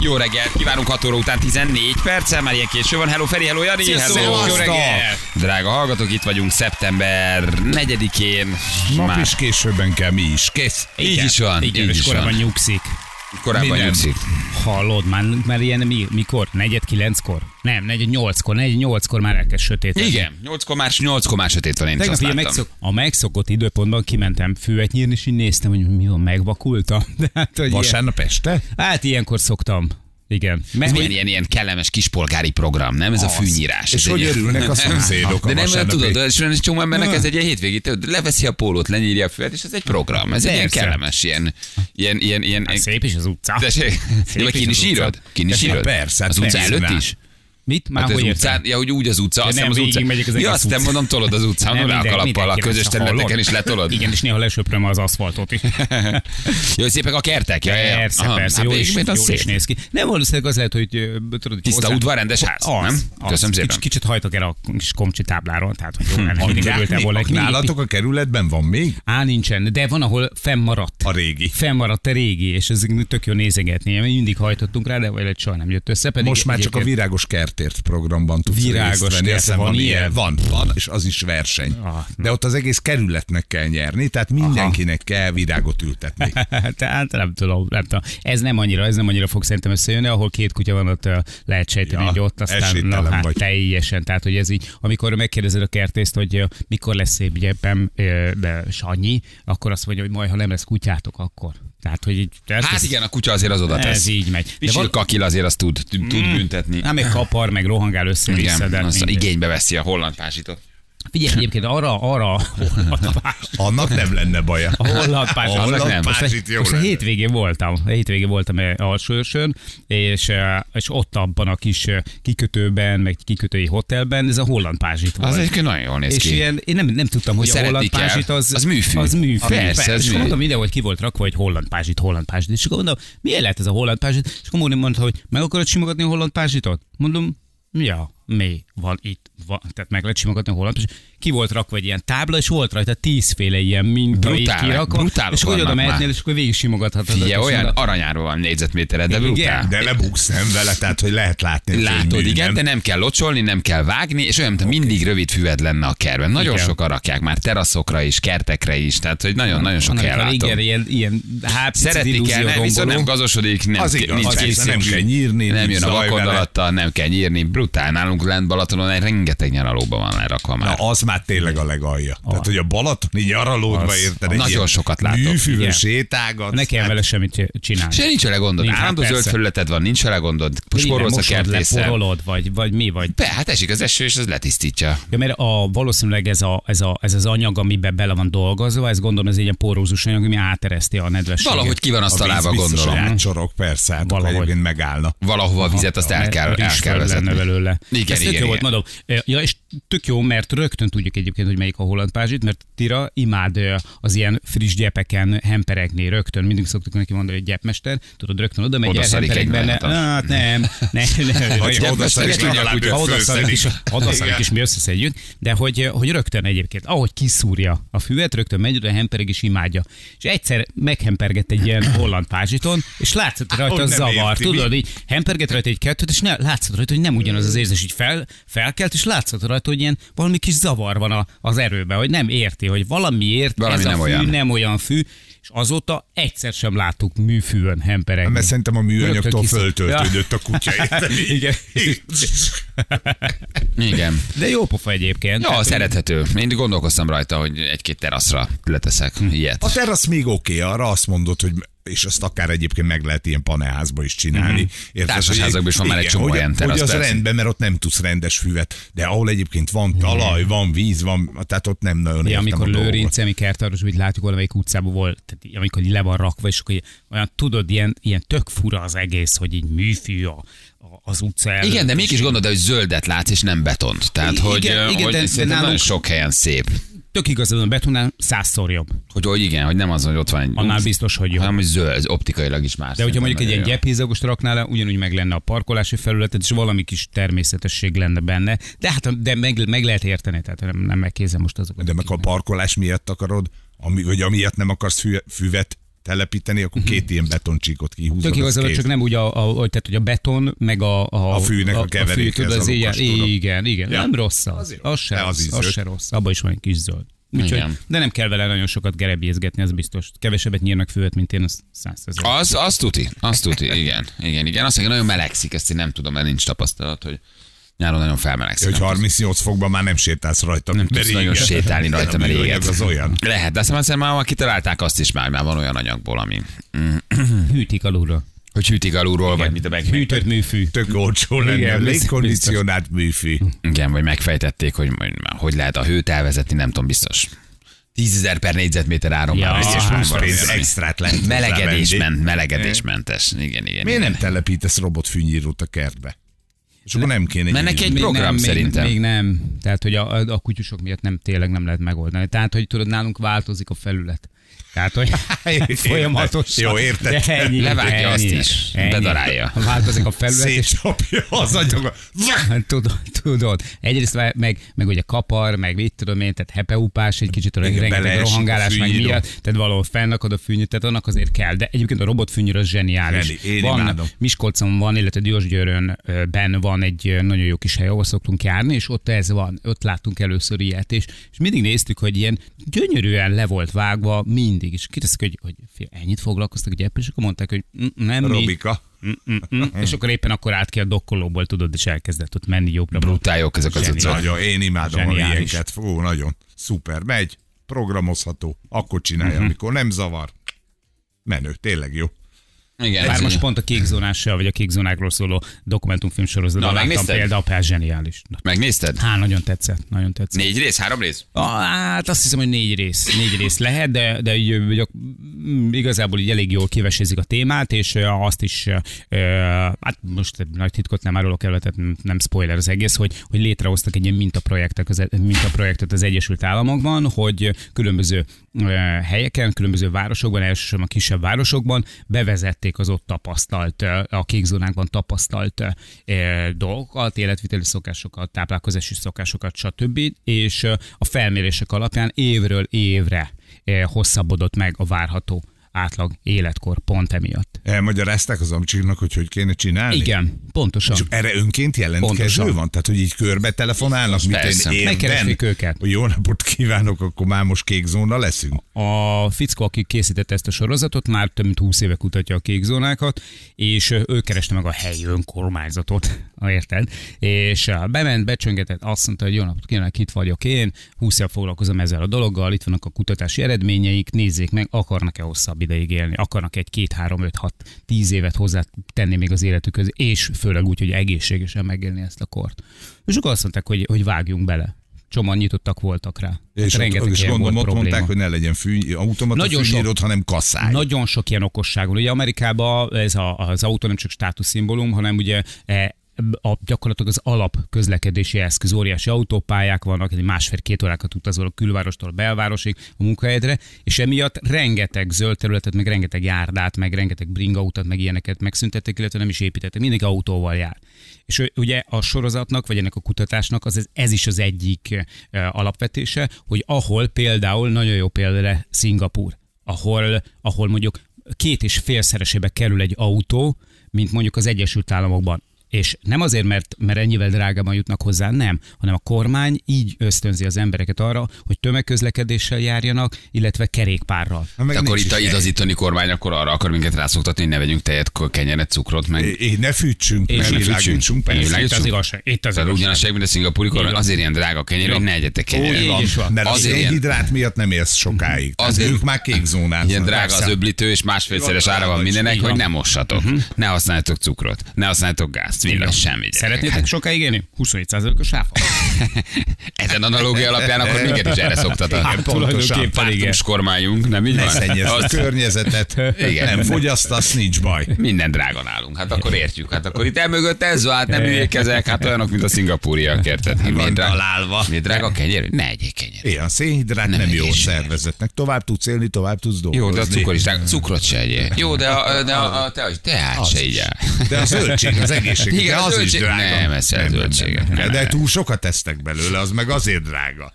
Jó reggelt, kívánunk 6 óra után 14 perccel, már ilyen késő van. Hello Feri, hello Jani, Sziasztok, hello. jó reggelt. Drága hallgatók, itt vagyunk szeptember 4-én. Nap is későbben kell, mi is. Kész. Így is van, Igen, így és is korábban van. nyugszik. Korábban Minden. nyugszik. Hallod, már, már ilyen mi, mikor? Negyed kilenckor? Nem, negyed nyolckor. Negyed nyolckor már elkezd sötét. lenni. Igen, 8 komás, 8 komás sötét van, én is Tegnap azt ilyen láttam. megszok, a megszokott időpontban kimentem füvet nyírni, és így néztem, hogy mi van, megvakultam. De hát, hogy ilyen, Vasárnap este? hát ilyenkor szoktam. Igen. Ez Mert milyen ilyen, ilyen kellemes kispolgári program, nem? Ez a fűnyírás. És ez hogy egy- örülnek a szomszédok a De nem, vasárnapi- tudod, és olyan egy csomó embernek ez egy ilyen hétvégi, tudod, leveszi a pólót, lenyírja a füvet, és ez egy program. Ez egy ilyen Persze. kellemes, ilyen, ilyen, ilyen, ilyen, Hát szép is az utca. Tessék, Szép ja, vagy is kint az is utca. írod? Kint is Persze, írod? persze, hát az utca persze. előtt is? Mit? Már Hát az hogy utcán, értem? ja, hogy úgy az utca, azt nem, hiszem az utca. végigmegyek az ja, egész azt nem utcán. mondom, tolod az utcán, a minden- kalappal, a mindenki közös lesz, ha területeken hallod. is letolod. Igen, és néha lesöpröm az aszfaltot is. Jó, hogy szépek a kertek. Ja, ja, ja. Persze, Aha, persze, hát jól is, végig, mert az jól szép. is néz ki. Nem valószínűleg az lehet, hogy ö, tudod, hogy Tiszta hozzá- udvar, rendes ház, Az, nem? az. Köszönöm szépen. Hm, Kicsit, kicsit hajtok el a kis komcsi tábláról, tehát hogy jó, ennek mindig örültem Nálatok volna. egy mindig- nálatok a kerületben van még? Á, nincsen, de van, ahol fennmaradt. A régi. Fennmaradt a régi, és ez tök jó nézegetni. Mi mindig hajtottunk rá, de vagy soha nem jött össze. Pedig Most már csak a egyébként- virágos kertért programban tudsz Virágos részt venni. kert, Azt hiszem, van ilyen? Van, van, és az is verseny. Ah, na. De ott az egész kerületnek kell nyerni, tehát mindenkinek kell virágot ültetni. Tehát hát nem tudom, nem tudom. Ez nem annyira, ez nem annyira fog szerintem összejönni, ahol két kutya van, ott ö, lehet sejteni, Ja, hogy ott aztán na, esélytelen hát, vagy. teljesen. Tehát, hogy ez így, amikor megkérdezed a kertészt, hogy ö, mikor lesz szép gyepem, ö, de Sanyi, akkor azt mondja, hogy majd, ha nem lesz kutyátok, akkor. Tehát, hogy így, tehát Hát ez, igen, a kutya azért az oda tesz. ez így megy. De Pisil val- kakil azért azt tud, tud büntetni. Hát még kapar, meg rohangál össze-vissza, Igen, de azt mindegy. igénybe veszi a holland pázsitot. Figyelj egyébként arra, arra a holland pázs- Annak nem lenne baja. a holland pázs, A holland annak nem. pázsit Most, jó most a lenne. hétvégén voltam, a hétvégén voltam eh, Alsóörsön, és, eh, és ott abban a kis eh, kikötőben, meg kikötői hotelben, ez a holland pázsit volt. Az egyébként nagyon jól néz és ki. ilyen, én nem, nem tudtam, hogy a szeretni holland kell. pázsit az, Az műfű. Az műfű. Persze, ez és műfű. akkor mondom mindenhol, hogy ki volt rakva, hogy holland pázsit, holland pázsit. És akkor mondom, milyen lehet ez a holland pázsit? És akkor Móni mondta, hogy meg akarod simogatni a holland pázsitot? Mondom, ja, mi van itt? Van. Tehát meg lehet simogatni a holland pázsit. Ki volt rakva egy ilyen tábla, és volt rajta tízféle ilyen minta így Brutál, kirakva. brutálok És hogy oda vannak mehetnél, már. és akkor végig simogathatod. Figyelj, És olyan mondom, aranyárban van négyzetméterre, de Igen. brutál. De lebuksz nem vele, tehát hogy lehet látni. hogy Látod, mű, igen, nem? de nem kell locsolni, nem kell vágni, és olyan, mint mindig rövid füved lenne a kerben. Nagyon Igen. sokan rakják már teraszokra is, kertekre is, tehát hogy nagyon-nagyon sok amikor helyen Igen, látom. ilyen, ilyen hát, picit Szeretni illúzió kell, nem, viszont nem romboló. gazosodik, nem, Az igaz, nincs az kis igaz, nem szűk. kell nyírni, nem nincs jön a zaj vele. vakondalattal, nem kell nyírni, brutál. Nálunk lent Balatonon egy rengeteg nyaralóba van lerakva Na, már. az már tényleg a legalja. Tehát, hogy a Balatoni nyaralódba Az. érted egy Nagyon ilyen sokat látok. Műfüvön Igen. sétágat. Ne kell hát vele semmit csinálni. Se nincs vele gondod, Nincs, hát állandó zöld persze. felületed van, nincs vele gondod, sporolsz a mosod le, kertésszel. porolod, vagy, vagy mi vagy. Be, hát esik az eső, és ez letisztítja. Ja, mert a, valószínűleg ez, a, ez, a, ez az anyag, amiben bele van dolgozva, ez gondolom ez egy ilyen porózus anyag, ami átereszti a nedvességet. Valahogy ki van azt a víz találva, biztos, hogy gondolom. átcsorog, persze, hát akkor Valahogy. egyébként megállna. Valahova a vizet hát azt el Mert kell, el rizs kell föld lenne vezetni. belőle. Igen, Ez tök igen, jó igen. volt, mondom. E, Ja, és tök jó, mert rögtön tudjuk egyébként, hogy melyik a holland pázsit, mert Tira imád ö, az ilyen friss gyepeken hemperegni rögtön. Mindig szoktuk neki mondani, hogy gyepmester, tudod, rögtön oda megy, Oda szarik elhempereg egy benne. vállaton. Hát nem, nem, nem. Vagy Nagyon- oda szarik, Ezt tudják, legalább hogy őt ha oda szarik is, fölszedik. oda szarik Igen. is mi összeszedjük, de hogy, hogy rögtön egyébként, ahogy kiszúrja a füvet, rögtön megy oda, hempereg is imádja. És egyszer meghempergett egy ilyen holland pázsiton, és látszott Hát rajta Hogy a nem zavar, érti, mi? tudod, így hemperget rajta egy kettőt, és ne, látszott rajta, hogy nem ugyanaz az érzés, így fel, felkelt, és látszott rajta, hogy ilyen valami kis zavar van a, az erőben, hogy nem érti, hogy valamiért Valami ez a nem fű olyan. nem olyan fű, és azóta egyszer sem láttuk műfűön hemperegni. Mert szerintem a Rögtön műanyagtól kiszúr- föltöltődött Ja. a kutya. érted? Igen. Igen. De jó pofa egyébként. Ja, szerethető. Én Hm. gondolkoztam rajta, hogy egy-két teraszra leteszek ilyet. A terasz még oké, okay, arra azt mondod, hogy és azt akár egyébként meg lehet ilyen paneházba is csinálni. Mm-hmm. Érted, Mhm. Társasházakban hogy- is van már egy igen, csomó hogy, ilyen terasz, Hogy az persze. Mhm. rendben, mert ott nem tudsz rendes füvet, de ahol egyébként van talaj, van víz, van, tehát ott nem nagyon Ja, értem amikor a dolgot. Lőrinc, ami kertáros, amit látjuk valamelyik utcában volt, tehát, amikor így le van rakva, és akkor így- olyan, tudod, ilyen, ilyen tök fura az egész, hogy így műfű a, a, az utca előtt. Igen, de mégis gondolod, hogy zöldet látsz, és nem betont. Tehát, Igen, hogy, igen, hogy de- de szerintem nálunk- nagyon sok helyen szép. Tök igazad, van, a betonnál százszor jobb. Hogy, hogy igen, hogy nem az, hogy ott van egy... Annál biztos, hogy jobb. Hanem, hogy zöld, optikailag is más. De hogyha mondjuk egy ilyen gyep... gyepézagost raknál, le, ugyanúgy meg lenne a parkolási felületet, és valami kis természetesség lenne benne. De hát de meg, meg lehet érteni, tehát nem, nem megkézem most azokat. De meg akik- ha a parkolás miatt akarod, ami, vagy amiatt nem akarsz fü- füvet telepíteni, akkor Mhm. két ilyen betoncsíkot kihúzod. Tök az igazad, van, kész. csak nem úgy, a, a, hogy- tehát, hogy a beton, meg a... A fűnek a fű, keveréke, tudod, ez az a ilyen, lukas, tudom. igen, igen, Ja. nem rossz az. Az jó. Az se De az rossz, is az zöld. se rossz. Abban is van egy kis zöld. Úgyhogy, Igen. de nem kell vele nagyon sokat gerebjézgetni, az biztos. Kevesebbet nyírnak füvet, mint én, az százszerző. Az, az tuti, az tuti, igen. Igen, igen. Azt mondja, nagyon melegszik, ezt én nem tudom, mert nincs tapasztalat, hogy nyáron nagyon felmelegszik. Hogy Nem 38 fokban már nem sétálsz rajta. Nem tudsz nagyon sétálni rajta, mert éget. az olyan. Lehet, de aztán már, már kitalálták azt is már, már van olyan anyagból, ami... Mm. Hűtik alulról. Hogy hűtik alulról, vagy mit a meg... Hűtött műfű. Tök olcsó lenne. biztos, Légkondicionált műfű. Igen, vagy megfejtették, hogy hogy lehet a hőt elvezetni, nem tudom, biztos. 10.000 per négyzetméter áron Ja, hát már és biztos már plusz van pénz valami. extrát lehet hozzá venni. Melegedésment, melegedésmentes. Igen, igen. Miért igen. nem telepítesz robotfűnyírót a kertbe? És akkor nem kéne. Mert nyírni. neki egy Még program nem, még- szerintem. Még nem. Tehát, hogy a, a- a kutyusok miatt nem tényleg nem lehet megoldani. Tehát, hogy tudod, nálunk változik a felület. Tehát, hogy Érted. folyamatosan. Jó, érted. De ennyi, Levágja ennyi, azt is. ennyi. Bedarálja. Változik a felület, és Szétcsapja az agyagot. Hát tudod, tudod. Egyrészt vá- meg, meg ugye kapar, meg mit tudom én, tehát hepeupás, egy kicsit Igen, rengeteg beleesik a rohangálás meg fűnyíró. miatt, tehát valahol fennakad a fűnyír, tehát annak azért kell. De egyébként a robotfűnyír az zseniális. Zseni, én van, imádom. Miskolcon van, illetve Diósgyőrön ö, ben van egy ö, nagyon jó kis hely, ahol szoktunk járni, és ott ez van, ott láttunk először ilyet, és, és mindig néztük, hogy ilyen gyönyörűen le volt vágva mindig, és kérdeztük, hogy, hogy fia, ennyit foglalkoztak egy és akkor mondták, hogy "Mm, nem mi, Robika. Mm, Hm? és akkor éppen akkor állt ki a dokkolóból, tudod, és elkezdett ott menni jobbra. Brutál jók ezek az utcák. Nagyon, én imádom a Zseniális. ilyenket. Fú, nagyon. Szuper, megy. Programozható. Akkor Mhm. csinálja, amikor nem zavar. Menő, tényleg jó. Igen, Bár ez most így. pont a kékzónással, vagy a kékzónákról szóló dokumentumfilm sorozatban Na, láttam megnézted? például, például zseniális. Na, Megnézted? Há, nagyon tetszett, nagyon tetszett. Négy rész, három rész? Ah, Hát azt hiszem, hogy négy rész, négy rész lehet, de, de így, ö, gyak- mm, igazából így elég jól kivesézik a témát, és ö, azt is, ö, ö, hát most nagy titkot nem árulok el, tehát nem- nem spoiler az egész, hogy, hogy létrehoztak egy ilyen mintaprojektet az, e- mintaprojektet az Egyesült Államokban, hogy különböző ö, helyeken, különböző városokban, elsősorban kisebb városokban bevezették az ott tapasztalt, ö, a kékzónákban tapasztalt ö, dolgokat, életviteli szokásokat, táplálkozási szokásokat, stb. És ö, a felmérések alapján évről évre ö, hosszabbodott meg a várható átlag életkor pont emiatt. Elmagyarázták az amcsiknak, hogy hogy kéne csinálni? Igen, pontosan. És erre önként jelentkező Pontosan. van? Tehát, hogy így körbe telefonálnak, mint Persze. én érden? Megkeresik őket. Jó napot kívánok, akkor már most kék zóna leszünk. A fickó, aki készítette ezt a sorozatot, már több mint 20 éve kutatja a kékzónákat, és ö, ő kereste meg a helyi önkormányzatot, ha érted? És ö, bement, becsöngetett, azt mondta, hogy jó napot kívánok, itt vagyok én, 20 éve foglalkozom ezzel a dologgal, itt vannak a kutatási eredményeik, nézzék meg, akarnak-e hosszabb ideig élni, akarnak egy két, három, öt, hat, tíz évet hozzá tenni még az életükhöz, és főleg úgy, hogy egészségesen megélni ezt a kort. És akkor azt mondták, hogy, hogy vágjunk bele. Csomóan nyitottak voltak rá. És, Hát ott, és ilyen gondolom, ott volt probléma. mondták, hogy ne legyen fű, automata Nagyon sok. fűnyírót, hanem kasszáj. Nagyon sok ilyen okosság van. Ugye Amerikában ez a, az autó nem csak státuszszimbólum, hanem ugye e, a, gyakorlatilag az alap közlekedési eszköz, óriási autópályák vannak, egy másfél-két órákat utazol a külvárostól a belvárosig, a munkahelyedre, és emiatt rengeteg zöld területet, meg rengeteg járdát, meg rengeteg bringautat, meg ilyeneket megszüntettek, illetve nem is építettek, mindig autóval jár. És ő- ugye a sorozatnak, vagy ennek a kutatásnak az, ez- ez is az egyik e, alapvetése, hogy ahol például, nagyon jó példára Szingapúr ahol, ahol mondjuk két és félszeresébe kerül egy autó, mint mondjuk az Egyesült Államokban. És nem azért, mert, mert ennyivel drágában jutnak hozzá, nem, hanem a kormány így ösztönzi az embereket arra, hogy tömegközlekedéssel járjanak, illetve kerékpárral. Hát meg Meg akkor nincs itt a is. igazítani kormány, akkor arra akar minket rászoktatni, hogy ne vegyünk tejet, ko- kenyeret, cukrot, meg... É, é, ne fűtsünk, És mert ne világítsunk, fűtsünk. persze. Világ- Itt az igazság. Itt az Tehát ugyanaz igazság. mint a szingapúri kormány, Így van. azért ilyen drága a kenyér, hogy ne egyetek Így kenyeret. van. is Mert a Azért ilyen- szénhidrát miatt nem élsz sokáig. Azért ők már kék zónán. Ilyen vannak. drága az Persze. öblítő, és másfélszeres ára van mindenek, Így hogy van. ne mossatok, ne használjatok cukrot, ne használjatok gázt, villás, semmi. gyerekek. Szeretnétek sokáig élni? 27%-os áfa. Hát, Ezen analógia alapján akkor minket is erre szoktatott. Igen, pontosan. tulajdonképpen igen. Pártumos kormányunk, nem így Ne van? szennyezd a Az- környezetet, Igen. nem fogyasztasz, nincs baj. Minden drága nálunk, hát akkor értjük. Hát akkor itt emögött ez van, hát nem ülékezek, hát olyanok, mint a szingapúriak, érted? Hát Van miért drága, találva. miért drága a kenyér? Ne egyél kenyér. Ilyen szénhidrát nem, Nem nem jó a egészséges. szervezetnek. Tovább tudsz élni, tovább tudsz dolgozni. Jó, de a cukor is drága. Cukrot se egyél. Jó, de a, de a, a te, teát se így De a zöldség, az egészség, Igen, de a az is zöldség- drága. nem eszel zöldséget. nem, nem. Nem, De nem. túl sokat tesztek belőle, az meg azért drága.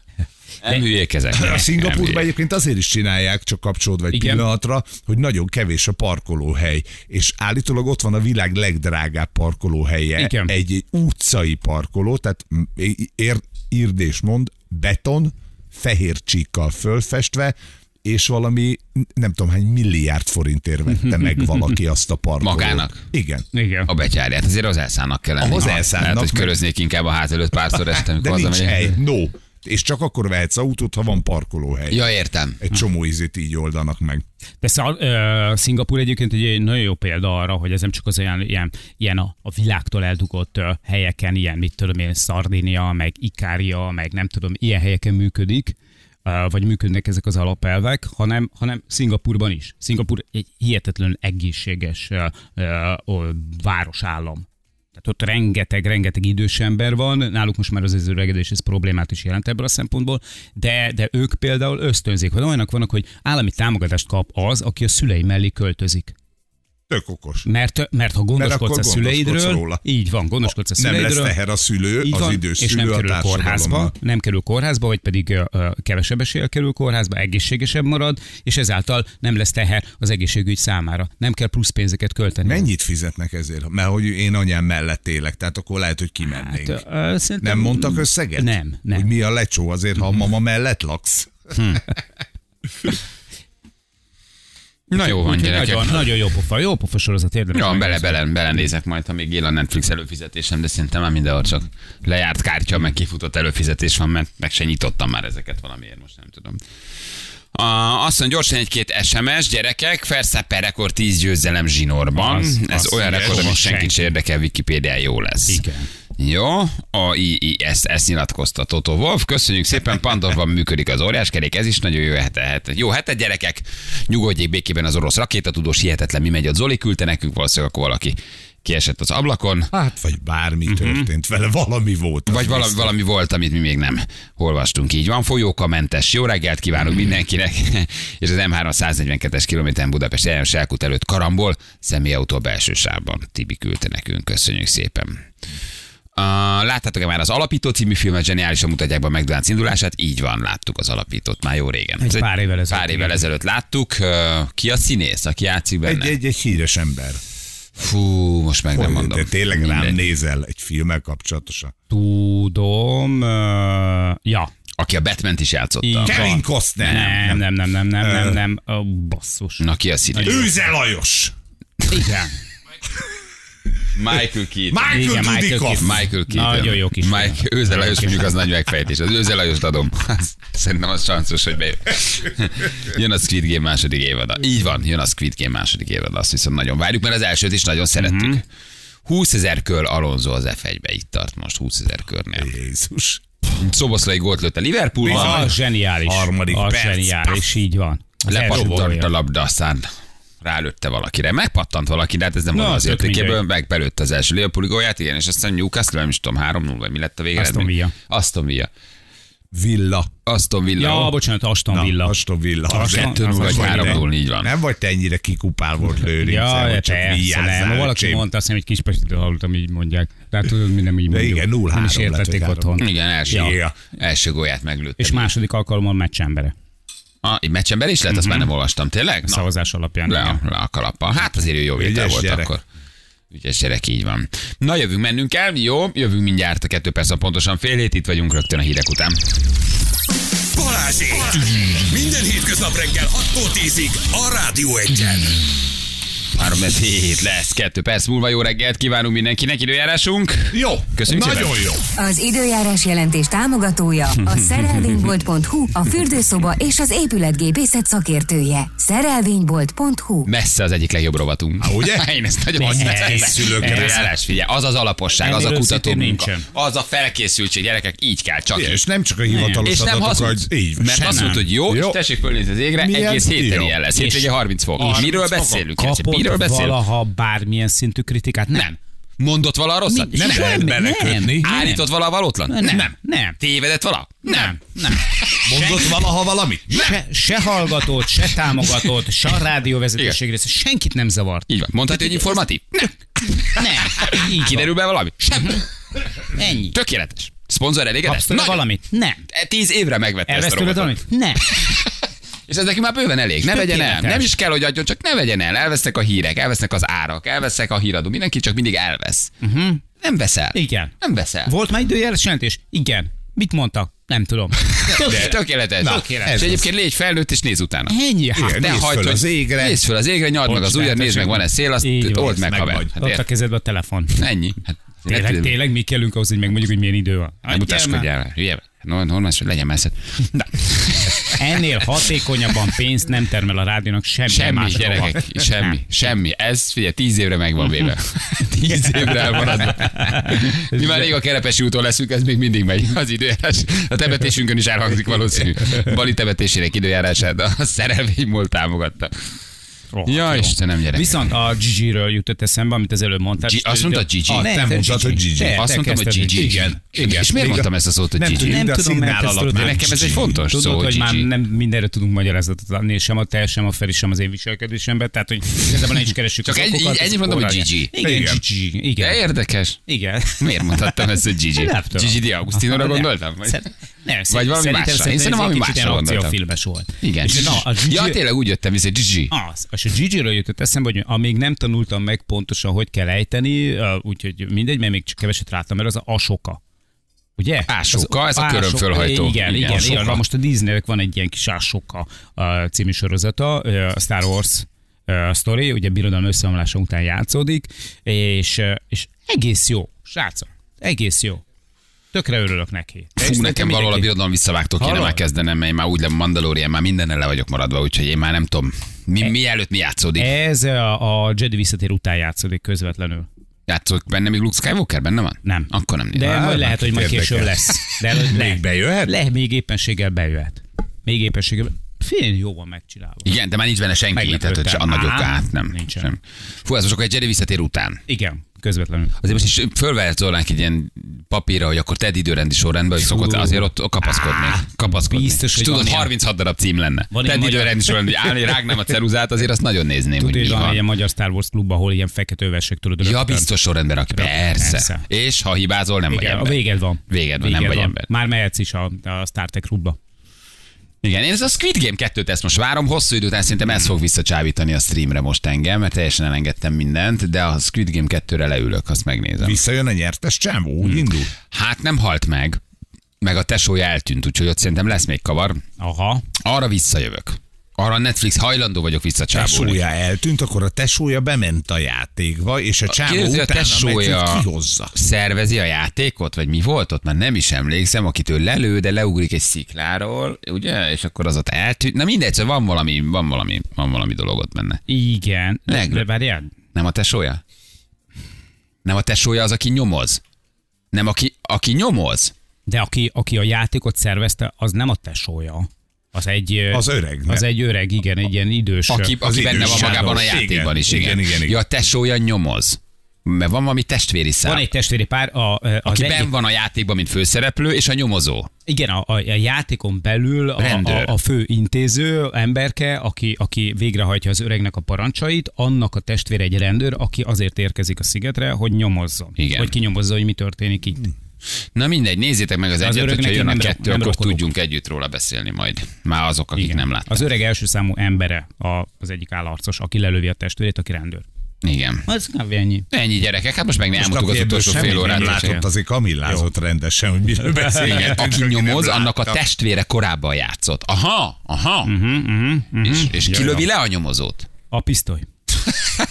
Nem hülyékezek. A Nem Szingapurban hülyék. egyébként azért is csinálják, csak kapcsolódva egy Igen. pillanatra, hogy nagyon kevés a parkolóhely. És állítólag ott van a világ legdrágább parkolóhelye. Igen. Egy, egy utcai parkoló, tehát mm, ér, írd és mond, beton, fehér csíkkal fölfestve, és valami, nem tudom hány milliárd forintért vette meg valaki azt a parkolót. Magának? Igen. Igen. A betyárját, azért az elszállnak kell lenni. Ahhoz Ha- elszállnak, Lehet, hogy meg- köröznék inkább a ház előtt párszor este, De amikor nincs hazamegyek. hely. No. És csak akkor vehetsz autót, ha van parkolóhely. Ja, értem. Egy csomó ízét így oldanak meg. De szal, ö, Szingapúr egyébként egy nagyon jó példa arra, hogy ez nem csak az olyan ilyen, ilyen a, a világtól eldugott ö, helyeken, ilyen, mit tudom én, Szardinia, meg Ikária, meg nem tudom, ilyen helyeken működik, ö, vagy működnek ezek az alapelvek, hanem, hanem Szingapurban is. Szingapur egy hihetetlenül egészséges ö, ö, ö, városállam. Tehát ott rengeteg, rengeteg idős ember van, náluk most már az ez öregedés, ez problémát is jelent ebből a szempontból, de, de ők például ösztönzik, hogy olyanok vannak, hogy állami támogatást kap az, aki a szülei mellé költözik. Tök okos. Mert, mert ha Mert gondoskodsz akkor a szüleidről, gondoskodsz róla. így van, gondoskodsz a Nem szüleidről, lesz teher a szülő, így az van, idős és szülő nem a kerül kórházba, társadalomnak. nem kerül kórházba, vagy pedig ö, ö, kevesebb eséllyel kerül kórházba, egészségesebb marad, és ezáltal nem lesz teher az egészségügy számára. Nem kell plusz pénzeket költeni. Mennyit fizetnek ezért? Mert hogy én anyám mellett élek, tehát akkor lehet, hogy kimennénk. Hát, Hát, ö, szerintem- nem mondtak összeget? Nem, nem. Hogy mi a lecsó azért, ha a mama mellett laksz? Na jó van, Úgyhogy gyerekek. Nagyon, nagyon jó pofa, jó pofa sorozat, érdemes. Ja, bele, megnézni. bele, belenézek majd, ha még él a Netflix előfizetésem, de szerintem már mindenhol csak lejárt kártya, meg kifutott előfizetés van, mert meg se nyitottam már ezeket valamiért, most nem tudom. A, azt mondja, gyorsan egy-két SMS, gyerekek, Ferszaper rekord 10 győzelem zsinórban. Az, Ez az olyan igen, rekord, amit soha senkit senki. se érdekel, Wikipédia jó lesz. Igen. Jó, a, i, i, ezt, ezt nyilatkozta Toto Wolf. Köszönjük szépen, Pandorban működik az óriáskerék, ez is nagyon jó hete, hete. Jó hete, gyerekek, nyugodjék békében az orosz rakétatudós, hihetetlen mi megy, a Zoli küldte nekünk, valószínűleg akkor valaki kiesett az ablakon. Hát, vagy bármi Mhm. történt vele, valami volt. az Vagy valami, biztos. valami volt, amit mi még nem olvastunk. Így van, folyóka mentes. Jó reggelt kívánunk mindenkinek. És az M342-es kilométeren Budapest János Elkút előtt karambol, személyautó belső sávban. Tibi küldte nekünk. Köszönjük szépen. Uh, láttátok-e már az Alapító című filmet? Zseniálisan mutatják be a McDonald's indulását. Így van, láttuk az Alapítót már jó régen. Ez pár évvel ezelőtt, Pár évvel igen. ezelőtt láttuk. Uh, ki a színész, aki játszik benne? Egy, egy, egy híres ember. Fú, most meg nem Hogy, mondom. te tényleg rám Mindegy. nézel egy filmmel kapcsolatosan. Tudom, ö, ja. Aki a Batman-t is játszotta. Így Kevin van. Costner. Nem, nem, nem, nem, nem, Ö. nem, nem. Ó, basszus. Na ki a színész? Őze Lajos. Igen. Michael Keaton. Michael Igen, Michael Dudikoff. Keaton. Michael Keaton. Nagyon jó kis Mike, film. Őze Lajos Nagyon jó mondjuk az nagy megfejtés. Az Őze Lajost adom. Szerintem az sanszos, hogy bejön. Jön a Squid Game második évada. Így van, jön a Squid Game második évada. Azt viszont nagyon várjuk, mert az elsőt is nagyon szerettük. Mhm. 20 ezer kör Alonso az F1-be itt tart most, 20 ezer körnél. Jézus. Szoboszlai gólt lőtt a Liverpoolban, A zseniális. Harmadik a perc. zseniális, így van. Az első lepattant gólja. a labda, aztán rálőtte valakire. Megpattant valaki, de hát ez nem Na, no, az tök értékéből, mindegy. megbelőtt az első Liverpool gólját, igen, és aztán Newcastle, nem is tudom, 3-0, vagy mi lett a vége? Aston Villa. Aston Villa. Villa. Aston Villa. Ja, bocsánat, Aston Na, Villa. Aston Villa. Aston- Az- Kettő nulla, az- vagy az- három nem- nulla, így van. Nem vagy te ennyire kikupál volt lőrinc, Ja, hogy csak persze, vigyázzál, nem. Ha Valaki öcsém. mondta, azt hiszem, hogy kispestitől hallottam, így mondják. Tehát tudod, mi nem így mondjuk. igen, 0-3 Nem is lett, értették vagy három. otthon. Igen, első, Ja. első gólját meglőtte. És második alkalommal meccsembere. A, egy meccsemben is Mhm. lett, azt már nem olvastam, tényleg? Na, Szavazás alapján. le, igen. a- le a kalappa. Hát azért ő jó vétel Szóval- Ügyes volt gyerek. akkor. Ügyeserek, így van. Na, jövünk mennünk kell, jó, jövünk mindjárt a kettő perc, pontosan fél hét, itt vagyunk rögtön a hírek után. Balázsék! Minden hétköznap reggel 6-tól 10-ig a Rádió 1-en. Három lesz, hét lesz, kettő perc múlva jó reggelt kívánunk mindenkinek, időjárásunk. Jó, Köszönjük nagyon szépen. jó. Az időjárás jelentés támogatója a szerelvénybolt.hu, a fürdőszoba és az épületgépészet szakértője. Szerelvénybolt.hu Messze az egyik legjobb rovatunk. Há, ugye? Én ezt nagyon Nagy szeretem. felkészülők. Időjárás, figyelj, az az alaposság, az a Ennél kutató őszintén munka, nincsen. az a felkészültség, gyerekek, így kell, csak Igen, így. és nem csak a hivatalos És nem adatok, hazudsz, hogy így, mert se azt nem. mondod, hogy jó, és tessék fölnézni az égre, Milyen egész héten jó. ilyen lesz. És- Hétvége 30 fok. És Miről fokon beszélünk? Jacsi? Kapott Miről beszélünk? valaha bármilyen szintű kritikát? Nem. Nem. Mondott vala rosszat? Mi- semmi, Nem. belekötni. nem. Állított vala valótlan? Nem. Nem. nem. Tévedett vala? Nem, nem. Mondott valaha valamit? Se, se hallgatót, se támogatót, se a rádióvezetőség Igen. része, senkit nem zavart. Így van. Mondhatja, hogy informatív? Nem. Nem, így Kiderül be valami? Sem. van. Ennyi. Tökéletes. Szponzor elégedett? Kapsz tőle Nagyon. E, valamit? Nem. Tíz évre megvette ezt Elvesz a tőled robotot. valamit? Nem. És ez neki már bőven elég. Ne vegyen el. Tökéletes. Nem is kell, hogy adjon, csak ne vegyen el. Elvesznek a hírek, elvesznek az árak, elvesznek a híradó. Mindenki csak mindig elvesz. Uh-huh. Nem veszel. Mhm. Igen. Nem veszel. Volt már időjárás jelentés? Igen. Mit mondta? Nem tudom. De tökéletes. Na, tökéletes. ez És az. egyébként légy felnőtt, és nézz utána. Ennyi. Hát, Igen, Ne nézd hagyd, föl hogy- az égre. Nézd fel az égre, nyald meg az Bocs, ujjad, nem, nézd meg, van-e szél, azt Így van, old ez meg, meg haver. vagy. Hát Ott a érted? kezedbe a telefon. Ennyi. Hát, Tényleg, nem- tényleg mi kellünk ahhoz, hogy megmondjuk, hogy milyen idő van. Hát, Nem utaskodjál már. Hülye vagy. No, normális, hogy legyen messze. Na. Ennél hatékonyabban pénzt nem termel a rádiónak semmi, Semmi, más gyerekek, semmi, semmi. Ez, figyelj, tíz évre meg van véve. Tíz évre elmaradva. Mi már rég a Kerepesi úton leszünk, ez még mindig megy az időjárás. A temetésünkön is elhangzik valószínű. Bali temetésének időjárását a szerelvénymól támogatta. Ja, Istenem, gyerekek. Viszont a Gigi-ről jutott eszembe, amit az előbb mondtál. Gi- azt mondtad Gigi? Ah, Te nem, te mondtad, hogy Gigi. Te- te Azt mondtam, hogy kezdted, Gigi. Igen. Igen. És miért mondtam ezt a szót, hogy Nem Gigi? tudjuk, Nem de a tudom, mert szignál ezt alatt tudod, már Nekem ez egy Gigi. fontos szó, Tudod, hogy már Gigi. nem mindenre tudunk magyarázatot adni, és sem a te, sem a Feri, sem az én viselkedésemben, tehát hogy igazából nem is keressük Csak az egy- okokat, így- ennyit az mondom, hogy óráját. Gigi. Igen, Igen. Gigi. De Igen. érdekes. Igen. Miért mondhattam ezt, hogy Gigi? Nem tudom. Gigi Di Agustinóra Nem. gondoltam? vagy? Szer- Nem, Vagy valami másra. Én szerintem valami másra a gondoltam. filmes volt. Igen. És na, a Gigi, Ah, Ja, tényleg úgy jöttem, hogy Gigi. az, és a Gigi-ről jutott eszembe, hogy amíg nem tanultam meg pontosan, hogy kell ejteni, ö, úgyhogy mindegy, mert még csak keveset láttam, mert az a asoka. Ugye? Ásoka, ez a Ásoka, körömfölhajtó. Igen, Igen, igen, igen, Asoka. igen. Most a Disneynek van egy ilyen kis Ásoka ö, című sorozata, ö, a Star Wars ö, sztori, ugye birodalom összeomlása után játszódik, és, ö, és egész jó, srácok, egész jó. Tökre örülök neki. Fú, nekem valahol a birodalom visszavágtól kéne Hallod? már kezdenem, mert én már úgy le Mandalorian, már minden le vagyok maradva, úgyhogy én már nem tudom, E- mi, mielőtt mi játszódik. Ez a, a Jedi visszatér után játszódik közvetlenül. Játszódik benne még Luke Skywalker, benne van? Nem. Akkor nem De nézem. majd lehet, hogy majd érdekel. később lesz. De el- le, Még bejöhet? Le, még éppenséggel bejöhet. Még éppenséggel. Fél jó van megcsinálva. Igen, de már nincs benne senki, tehát hogy se a Meglepődtem. nagyok Á, át nem. nincsen. Sem. Fú, ez most akkor egy Jedi visszatér után. Igen, közvetlenül. Azért most is fölváltolnánk egy ilyen papírra, hogy akkor Ted időrendi sorrendben, hogy szokott azért ott kapaszkodni. kapaszkodni. biztos, És hogy tudod, van ilyen. 36 darab cím lenne. Van ilyen Ted magyar- időrendi sorrendben, hogy állni, rágnám a ceruzát, azért azt nagyon nézném, Tudod, hogy hogy mi van egy ilyen van. magyar Star Wars klub, ahol ilyen fekete övesek tudod Ja, rögtön. biztos sorrendben rakja. Persze. Persze. És ha hibázol, nem vagy Igen, a ember. véged van. Véged van, nem vagy ember. Már mehetsz is a, a Star Trek klubba. Igen, én ez a Squid Game 2-t ezt most várom, hosszú idő után szerintem ez fog visszacsábítani a streamre most engem, mert teljesen elengedtem mindent, de a Squid Game 2-re leülök, azt megnézem. Visszajön a nyertes csávó, úgy indul. Hát nem halt meg, meg a tesója eltűnt, úgyhogy ott szerintem lesz még kavar. Aha. Arra visszajövök. Arra a Netflix hajlandó vagyok visszacsábulni. tesója eltűnt, akkor a tesója bement a játékba, és a csávó Kérdezi, utána a tesója... tesója megy, kihozza. szervezi a játékot, vagy mi volt ott, már nem is emlékszem, akit ő lelő, de leugrik egy szikláról, ugye, és akkor az ott eltűnt. Na mindegy, szóval van valami, van valami, van valami dolog ott benne. Igen. Legrö- De várjál. Nem a tesója? Nem a tesója az, aki nyomoz? Nem, aki, aki nyomoz? De aki, aki a játékot szervezte, az nem a tesója. Az egy... ö, Az öreg, nem? Az egy öreg, igen, egy ilyen idős. Aki, Az aki benne van idős magában a Sándor. játékban Igen, is, igen. igen, igen, igen. Ja, a tesója nyomoz. Mert van valami testvéri szám. Van egy testvéri pár, a, ö, az aki egyik- benn van a játékban, mint főszereplő, és a nyomozó. Igen, a, a, a játékon belül a, a, Rendőr. a fő intéző emberke, aki, aki végrehajtja az öregnek a parancsait, annak a testvére egy rendőr, aki azért érkezik a szigetre, hogy nyomozzon. Igen. Mm. Hogy kinyomozza, hogy mi történik itt. Na mindegy, nézzétek meg az, Az egyet, öröknek hogyha jön én a nem ro- kettő, nem akkor rokonok. tudjunk együtt róla beszélni majd. Már azok, akik nem látták. Az öreg első számú embere a, az egyik állarcos, aki lelövi a testvérét, aki rendőr. Igen. Az kb. ennyi. Ennyi gyerekek, hát most meg nem Most elmondtuk aki az ebből utolsó fél semmit órát. nem úgyhogy- látott, azért kamillázott rendesen, hogy miről beszélgetünk. Igen, aki nem nyomoz, annak a látta. testvére korábban játszott. Aha, aha. Mhm. Uh-huh, uh-huh, és és kilövi le a nyomozót. A pisztoly.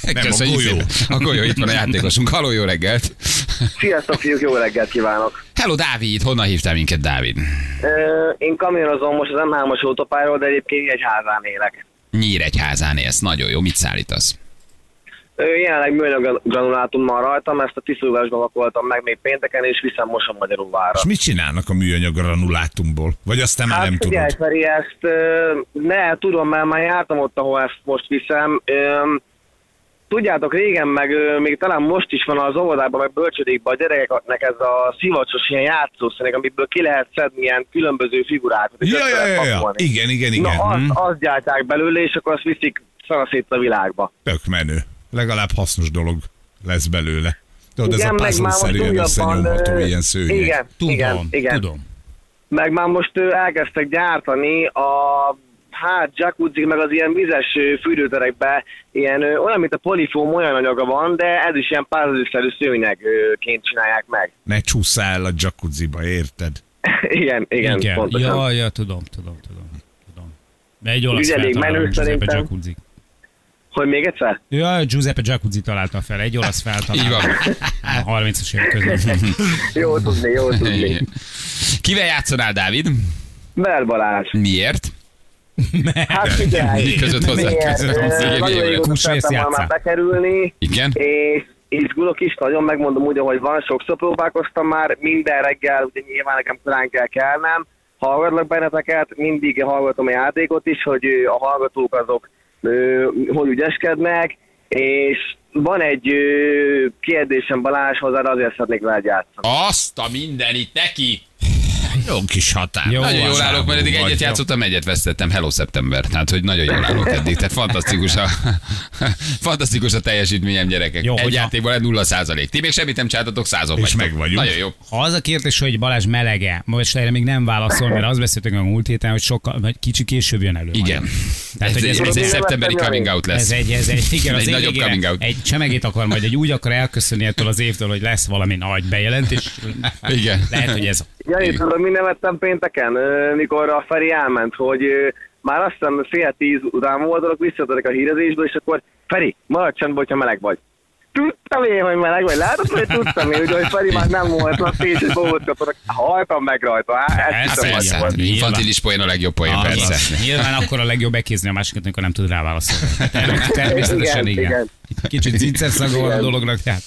a Köszönjük golyó. szépen. A golyó, itt van a játékosunk. Halló, jó reggelt. Sziasztok, fiúk, jó reggelt kívánok! Hello, Dávid. Honnan hívtál minket, Dávid? Ö, Én kamionozom most az M3-as autópályáról, de egyébként egy házán élek. Nyíregyházán élsz. Nagyon jó. Mit szállítasz? Ö, Jelenleg műanyag granulátum van rajtam, ezt a tisztulásban vakoltam meg még pénteken, és viszem most a Magyarulvára. És mit csinálnak a műanyag granulátumból? Vagy azt te már nem Hát figyelj, tudod? Feri, ezt ö, ne, tudom, mert már jártam ott, ahol ezt most viszem. Ö, tudjátok, régen meg ö, még talán most is van az óvodában, meg bölcsödékben a gyerekeknek ez a szivacsos ilyen játszószerek, amiből ki lehet szedni ilyen különböző figurákat. és Ja, össze ja, lehet ja, ja. pakolni. Igen, igen, igen. Na, Hm, azt, azt gyártják belőle, és akkor azt viszik szanaszét a világba. Tök menő. Legalább hasznos dolog lesz belőle. Tudod, Hát ez a Igen, meg már most puzzle-szerűen újabban, összenyomható ö, ilyen szőnyeg. igen. Tudom, Igen, igen. tudom. Meg már most ö, elkezdtek gyártani a hát jacuzzi, meg az ilyen vizes ö, fürdőterekbe ilyen, ö, olyan, mint a polifóm, olyan anyaga van, de ez is ilyen pázlőszerű szőnyegként csinálják meg. Ne csúszál a jacuzziba, érted? igen, igen, igen, pontosan. Ja, ja, tudom, tudom, tudom. tudom. Egy olasz Ugye elég feltaláló, menő Giuseppe szerintem. Jacuzzi. Hogy még egyszer? Ja, Giuseppe Jacuzzi találta fel, egy olasz feltaláló. Így van. A 30-as évek között. Jó tudni, jó tudni. Kivel játszanál, Dávid? Mert Balázs. Miért? Hát figyelj. Mi között hozzá miért? között? Ö, Igen, igen, Nagyon igen. régóta Húsvész szerettem volna játszál. már bekerülni. Igen? és izgulok is, nagyon megmondom úgy, hogy van, sokszor próbálkoztam már, minden reggel, ugye nyilván nekem korán kell kelnem, hallgatlak benneteket, mindig hallgatom a játékot is, hogy ö, a hallgatók azok ö, hol ügyeskednek, és van egy ö, kérdésem Balázshoz, erre azért szeretnék veled játszani. Azt a mindenit neki. Jó kis határ. Jó, Nagyon jól állok, mert eddig vagy, egyet jó. játszottam, egyet vesztettem. Hello September. Tehát, hogy nagyon jól állok eddig. Tehát fantasztikus a, fantasztikus a teljesítményem, gyerekek. Jó, Jó, Egy hogyha- játékban lett 0 százalék. Ti még semmit nem csináltatok, százon És vagytok. meg vagyunk. Nagyon jó. Ha az a kérdés, hogy Balázs melege, most erre még nem válaszol, mert azt beszéltünk a múlt héten, hogy sokkal, vagy kicsi később jön elő. Igen. Majd. Tehát, Tehát, ez, hogy ez, ez, ez- egy ez- szeptemberi coming out lesz. Ez egy, ez egy, igen, az Egy év nagyobb végére coming out. Egy csemegét akar majd, egy úgy akar elköszönni ettől az évtől, hogy lesz valami nagy bejelentés. Igen. Lehet, hogy ez Ja, én Igen. tudom, mi nevettem pénteken, ö, mikor a Feri elment, hogy ö, már azt hiszem fél tíz után voltatok, visszatérek a hírezésből, és akkor Feri, maradj csendben, hogyha meleg vagy. Tudtam én, hogy meleg vagy. Látod, hogy tudtam én, ugye, hogy Feri már nem volt, na és bóvotkatok. Haltam meg rajta. Á, Hát ezt Hát hittem, hogy persze, volt. hát Nyilván. infantilis poén a legjobb poén, Ah, persze. nyilván- Nyilván akkor a legjobb bekézni a másikat, amikor nem tud rá válaszolni. Természetesen igen. Igen, igen. Kicsit zicserszaga van a dolognak, tehát.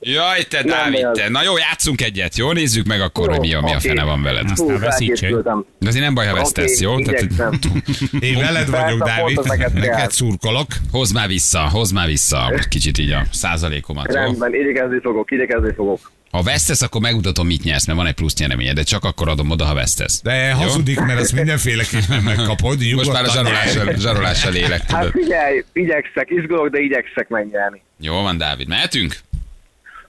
Jaj, te Nem Dávid, olyan. te. Na jó, játszunk egyet, jó? Nézzük meg akkor, hogy mi a, mi a Oké. fene van veled. Aztán Hú, veszítsék. felkészültem. De azért nem baj, ha vesztesz, Oké, jó? Tehát, igyekszem. Én veled vagyok, Persze, Dávid. fontos neked kell. Neked szurkolok. hozd már vissza, hozd már vissza most kicsit így a százalékomat, jó? Rendben, igyekezni fogok, igyekezni fogok. Ha vesztesz, akkor megmutatom, mit nyersz, mert van egy plusz nyereményed, de csak akkor adom oda, ha vesztesz. De hazudik, mert ezt mindenféleképpen megkapod. Most már a nyugodtan. zsarolással, zsarolással élek, Hát tudod. figyelj, igyekszek, izgulok, de igyekszek megnyerni. Jó van, Dávid, mehetünk?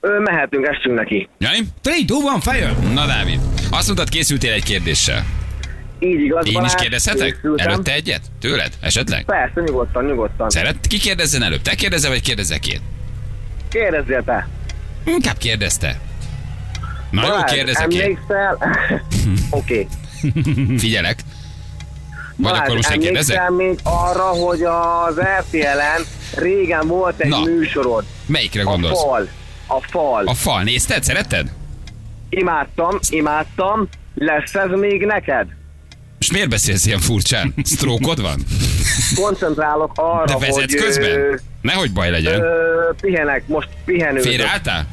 Ö, mehetünk, estünk neki. Jani? 3, 2, 1, fire! Na, Dávid, azt mondtad, készültél egy kérdéssel. Így igaz, Én is Balázs, kérdezhetek? készültem. Előtte egyet? Tőled? Esetleg? Persze, nyugodtan, nyugodtan. Szeret? Ki kérdezzen előbb? Te kérdezel, vagy kérdezek én? Kérdezzél te. Inkább kérdezte. Na jó, Balázs, kérdezek én. Emlékszel? Oké. Figyelek. Vagy Balázs, akkor most én kérdezek? emlékszel még arra, hogy az RTL-en régen volt egy Na. műsorod. Melyikre A gondolsz? fal. A fal. A fal. Nézted? Szeretted? Imádtam, imádtam. Lesz ez még neked? És miért beszélsz ilyen furcsán? Sztrókod van? Koncentrálok arra, De hogy... vezetsz ö, közben? Nehogy baj legyen. Ö, pihenek, most pihenőzök. Félreálltál?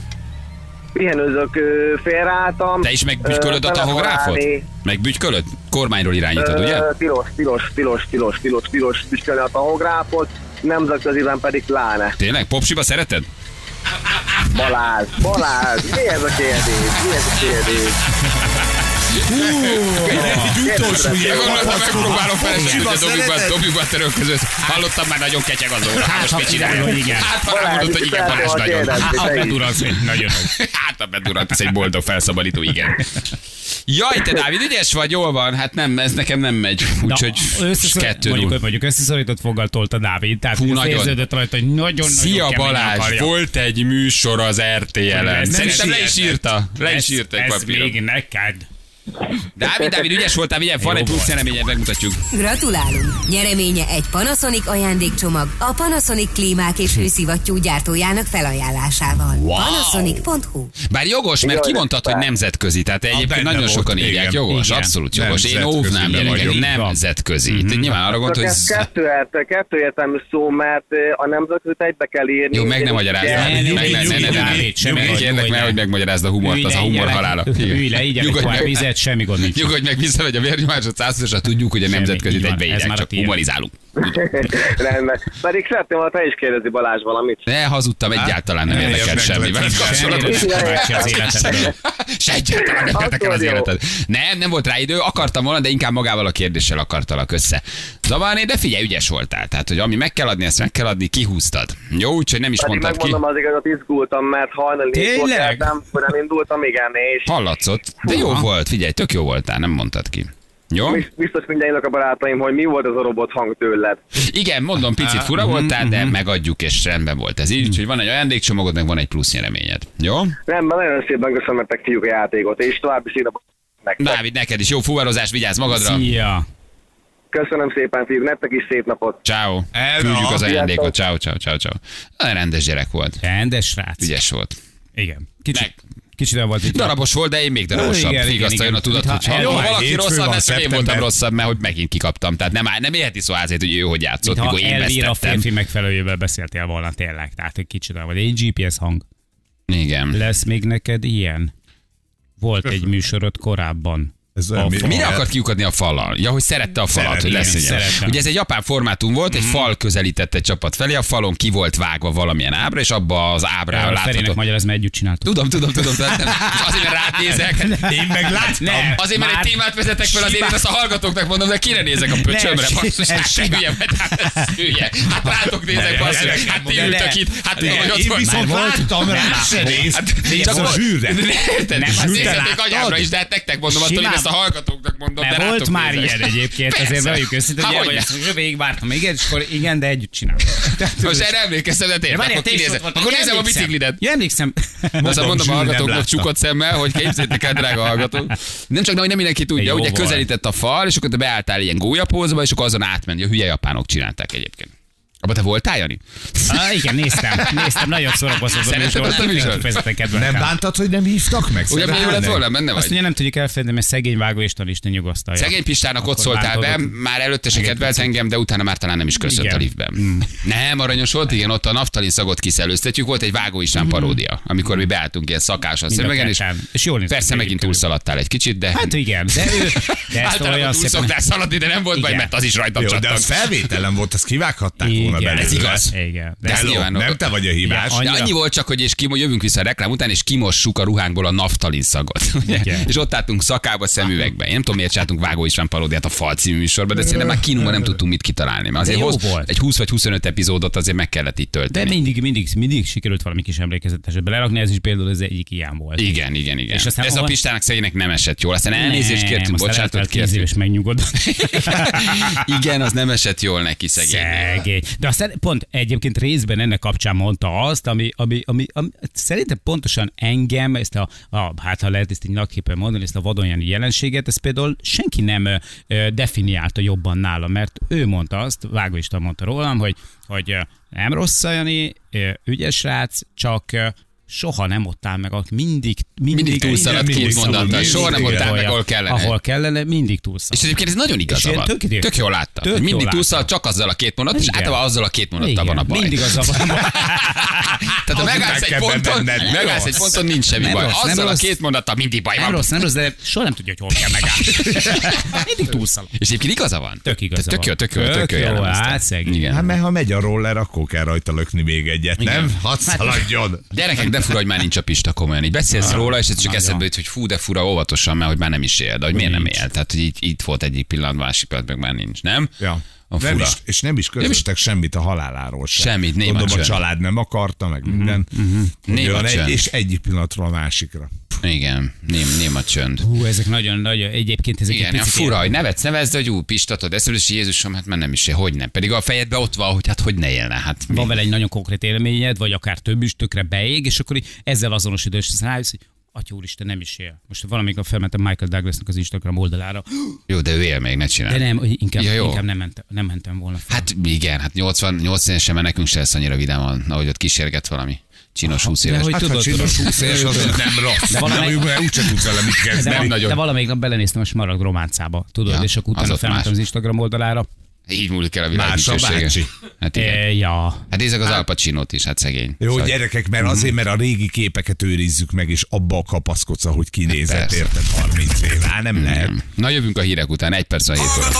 Pihenőzök, ö, félreálltam. Te is megbügykölöd Ö, a tahográfot? telefonálni. Megbügykölöd? Kormányról irányítod, ugye? Ö, Tilos, tilos, tilos, tilos, tilos, tilos, büszkölni a tahográfot, nemzetköziben pedig pláne. Tényleg? Popsiba szereted? Balázs, Balázs, mi ez a kérdés? Mi ez a kérdés? Egy utolsó ugye Gondoltam, megpróbálom feleselni, Kocsiba hogy a dobikban, szereted? dobikban török között. Hallottam már nagyon ketyeg az óra. Hát, most ha mit csinálj? kiderül, hogy igen. Hát, ha rámondott, hogy igen, Balázs, Balázs nagyon. Balázs, Hát, Hát, Te ha is. bedurransz, nagyon nagy. Hát a bedurant, ez egy boldog felszabadító, igen. Jaj, te Dávid, ügyes vagy, jól van, hát nem, ez nekem nem megy, Na, úgyhogy összeszor- kettő null. mondjuk, mondjuk összeszorított foggal tolta Dávid, tehát Fú, Fú, nagyon. érződött rajta, hogy nagyon-nagyon Szia keményen Balázs, akarja. volt egy műsor az RTL-en. Ez nem Szerintem le is sietett. írta, le is Ez- írta egy Ez papíron. még neked. Dávid, Dávid, ügyes voltál, vigyen, van Jó egy plusz volt. eleményed, megmutatjuk. Gratulálunk! Nyereménye egy Panasonic ajándékcsomag a Panasonic klímák és hőszivattyú gyártójának felajánlásával. Wow! Panasonic.hu Bár jogos, mert Jaj, kimondtad, hogy bár. nemzetközi. Tehát egyébként benne nagyon volt, sokan írják. igen, Jogos, igen. abszolút jogos. Én Nemzetköziben óvnám gyerekek, vagyok. nemzetközi. Mhm. Tehát nyilván arra gond, Csak hogy... ez kettő, ért- kettő értelmű szó, mert ö, a nemzetközi egybe kell írni. Jó, meg nem Ugye, magyarázd. Ne, Meg nyugi, ne, ne, nyugi, ne, ne, Dávid, semmi ne. baj, Kérlek meg, nyugodj meg. hogy megmagyarázd a humort, Ülj az le, a humor igyelek. halála. Igen. Ülj le, igyelek Nyugodj tovább, meg. vizet, semmi gond nincs. Nyugodj meg, vissza, hogy a vérnyomásod 120 at tudjuk, hogy a Semmi, nemzetközi így van, egybe ez írják, már a csak tiéd. humorizálunk. Rendben. Pedig szeretném, ha te is kérdezi Balázs valamit. Ne hazudtam, egyáltalán nem Ne, érdekel érdekel, semmi. veled Semmi kapcsolatban. nem bácsi az életedben. Se egyáltalán nem érdekel az Akkor jó. életed. Nem, nem volt rá idő, akartam volna, de inkább magával a kérdéssel akartalak össze. Zavarni, de figyelj, ügyes voltál. Tehát, hogy ami meg kell adni, ezt meg kell adni, kihúztad. Jó, úgyhogy nem is Pedig mondtad ki. megmondom az igazat, izgultam, mert hajnali négy volt, Tényleg? keltem, akkor nem indultam, igen, és Hallatszott, de jó volt, figyelj, tök jó voltál, nem mondtad ki. Jó? biz- biztos mindjárt a barátaim, hogy mi volt az a robot hang tőled. Igen, mondom, picit fura voltál, de megadjuk, és rendben volt ez így. Úgyhogy van egy ajándékcsomagod, meg van egy plusz nyereményed. Jó? Rendben, nagyon szépen köszönöm, mert fiúk a játékot, és további színap nektek. Dávid, neked is jó fuvarozás, vigyázz magadra. Szia. Köszönöm szépen, fiúk, nektek is szép napot. Ciao. Küldjük az ajándékot. Ciao, ciao, ciao, ciao. Nagyon rendes gyerek volt. Rendes srác. Ügyes volt. Igen. Meg. Kicsit, kicsit el volt itt. Darabos volt, de én még darabosabb. Igen, igen, Vigasztaljon a igen. tudat, Ha hogy ha el- ha Jó, valaki hétfő rosszabb van, lesz, hogy én voltam szeptember. rosszabb, mert hogy megint kikaptam. Tehát nem, áll- nem élheti szó házét, hogy ő hogy játszott, Mintha mikor én elvér a vesztettem. férfi megfelelőjével beszéltél volna tényleg, tehát egy kicsit el vagy. Egy GPS hang. Igen. Lesz még neked ilyen? Volt egy műsorod korábban. Ez olyan, mi- Mire Fal. akart kiukadni a fallal? Ja, hogy szerette a falat, Szeretem, hogy lesz igen, Mhm. egy ilyen. szeretem. Ugye ez egy japán formátum volt, egy fal közelített egy csapat felé, a falon ki volt vágva valamilyen ábra, és abba az ábra Erről Ferének látható. magyaráz, mert együtt csináltuk. Tudom, tudom, tudom, tudom. nem. Azért, mert rád nézek, Én meg láttam. Ne. Azért, mert Már egy témát vezetek fel, azért simán- én ezt a hallgatóknak mondom, de kire nézek a pöcsömre, Ne, basszus, ez hát te simán. hülye vagy, hát ez hülye. Hát rátok nézek, Ne, basszus, ne, hát ti ne, ültök ne. itt, hát ti Igen, vagy ott én vagy. viszont Már volt. láttam rá, Nem, se nézz. Hát, Nézz csak a volt- zsűre. Ne, érted? Nem, Hát zsűre nézzetek láttad? agyamra is, de hát nektek mondom azt, hogy én Simán- ezt a hallgatóknak mondom, de De rátok volt már nézek. ilyen egyébként, Persze. azért valljuk őszintén, hogy Há, el vagy hogyne. ezt hogy végigvártam, igen, és akkor igen, de együtt csináltam. Tehát, Most erre emlékeztem, de De tényleg, várjál, akkor te is kinézem. ott voltál. Akkor nézem a Emlékszem. biciklidet. Ja, emlékszem. Azt mondom a Zsűri nem hallgatóknak látta. csukott szemmel, hogy képzétek el, drága hallgatók. Nem csak, de, hogy nem mindenki tudja, Jó ugye volt. közelített a fal, és akkor te beálltál ilyen gólyapózba, és akkor azon átment. A hülye japánok csinálták egyébként. Abba te voltál, Jani? Ah, igen, néztem, néztem, nagyon szórakozott a Szereted azt a műsort? műsor. Kifejezetten Nem kedveltem. bántad, hogy nem hívtak meg? Ugye mi jó lett Szerintem volna, benne Azt vagy? ugye nem tudjuk elfelejteni, mert szegény vágó István Isten nyugosztalja. Szegény Pistának ott Akkor szóltál be, bántod. már előtte se kedvelt engem, de utána már talán nem is köszönt Igen. Mm. a liftben. Nem, aranyos volt, igen, ott a naftalin szagot kiszelőztetjük, volt egy Vágó István paródia, amikor mi beálltunk ilyen szakás a Mind a szemegen, és ketten. Mhm. És jól nézett persze ki megint egyébként. túlszaladtál egy kicsit, de Hát igen, de ő... De ezt általában olyan túl szépen... szoktál szaladni, de nem volt baj, Igen. mert az is rajtam Jó, de csattant. az felvételen volt, azt kivághatták volna Igen. belőle. Ez igaz. Igen. De De ez Hello, nyilván- nem te vagy a hibás. Ja, De Annyira- annyi volt csak, hogy és kimo, jövünk vissza a reklám után, és kimossuk a ruhánkból a naftalin szagot. ugye? Igen. És ott álltunk szakába, szemüvegben. Én nem tudom, miért csináltunk Vágó István paródiát a Fal című műsorban, de szerintem már kínumban nem tudtunk mit kitalálni. Mert azért De jó hoz, volt. egy 20 vagy 25 epizódot azért meg kellett itt de tölteni. mindig, mindig, mindig sikerült valami kis emlékezeteset belerakni, ez is például az egyik ilyen volt. igen, igen, igen. És És aztán Ez a ahol- Pistának szegénynek nem esett jól. Aztán elnézést kértünk, bocsánatot kértünk. és megnyugodott. Igen, az nem esett jól neki szegény. Szegény. De aztán pont egyébként részben ennek kapcsán mondta azt, ami, ami, ami, ami szerintem pontosan engem, ezt a, a, hát ha lehet ezt így nagyképpen mondani, ezt a vadonjani jelenséget, ezt például senki nem ö, ö, definiálta jobban nála, mert ő mondta azt, Vágó István mondta rólam, hogy, hogy ö, nem rossz a Jani, ö, ügyes rác, csak ö, soha nem ott áll meg, ahol mindig, mindig, Mindig túlszaladt mindig két túlszaladt, mondattal, mindig soha nem ott áll meg, túlszaladt. ahol kellene. Ahol kellene, mindig És túlszaladt. egyébként ez nagyon És igaza ilyen van. Tök, tök idő- tök jól látta. tök Tök jól mindig látta. túlszal, csak azzal a két mondat, és Igen. általában azzal a két mondattal van a baj. Mindig az a baj. Tehát ha Az megállsz után egy kell ponton, bemenned, nem megállsz rossz. egy ponton, nincs semmi Nem baj. rossz, nem Azzal a rossz. két mondattal mindig baj Nem van. rossz, nem rossz, de soha nem tudja, hogy hol kell megállni. Mindig túlszalad. És egyébként igaza van. Tök igaza Tök jó, van. tök jó, tök jó. Tök jó, jellemezte. hát szegény. Igen. Hát mert ha megy a roller, akkor kell rajta lökni még egyet, nem? Hadd szaladjon! Gyerekek, de fura, hogy már nincs a pista komolyan. Így beszélsz Na, róla, és ez csak nagyon. eszedbe jut, hogy fú, de fura, óvatosan, mert hogy már nem is él, de hogy miért nem Nincs. él. Tehát, hogy így, itt volt egyik pillanat, másik pillanat, meg már nincs, nem? Ja. A nem fura. is, és nem is közöltek semmit a haláláról sem. Semmit, néma Gondolom, a csönd. Mhm, család nem akarta, meg minden. Mm-hmm. Néma csönd. egy, és egyik pillanatról a másikra. Igen, ném, néma csönd. Hú, ezek nagyon-nagyon, egyébként ezek Igen, egy ilyen picit fura, hogy nevetsz, nevezd, hogy ú, pistatod eszembe, és Jézusom, hát már nem is él, hogy nem. Pedig a fejedben ott van, hogy hát hogy ne élne, hát mi? Van vele egy nagyon konkrét élményed, vagy akár több is, tökre beég, és akkor így ezzel azonosítod, és aztán rájössz, hogy Atya úristen, nem is él. Most valamikor felmentem Michael Douglasnak az Instagram oldalára, Jó, de ő él még, ne csinál. de nem, hogy inkább, Ja, ja, jó. inkább nem, mentem, nem mentem volna fel. Hát igen, hát 88 évesen már nekünk se lesz annyira vidáman, ahogy ott kísérget valami csinos 20 de éves. hogy Hát, ha tudod, tudod, csinos 20 éves, az nem rossz. De valami- valami... Nem, úgyse tudsz vele mit de, kezdeni. val- Hát, nagyon. de valamelyik nap belenéztem a Smaragd románcába, tudod, Ja, ja, és akkor az utána ott felmentem más. az Instagram oldalára. Hát Így múlik el a világ Más a dicsősége. bácsi. Hát igen. E, ja, Hát nézzek az Al Pacinót is, hát szegény. Jó, Szóval- gyerekek, mert azért, mert a régi képeket őrizzük meg, és abba a kapaszkodsz, ahogy kinézett, Persze. érted, 30 év. Á, nem lehet. Na jövünk a hírek után, egy perc a hét óra.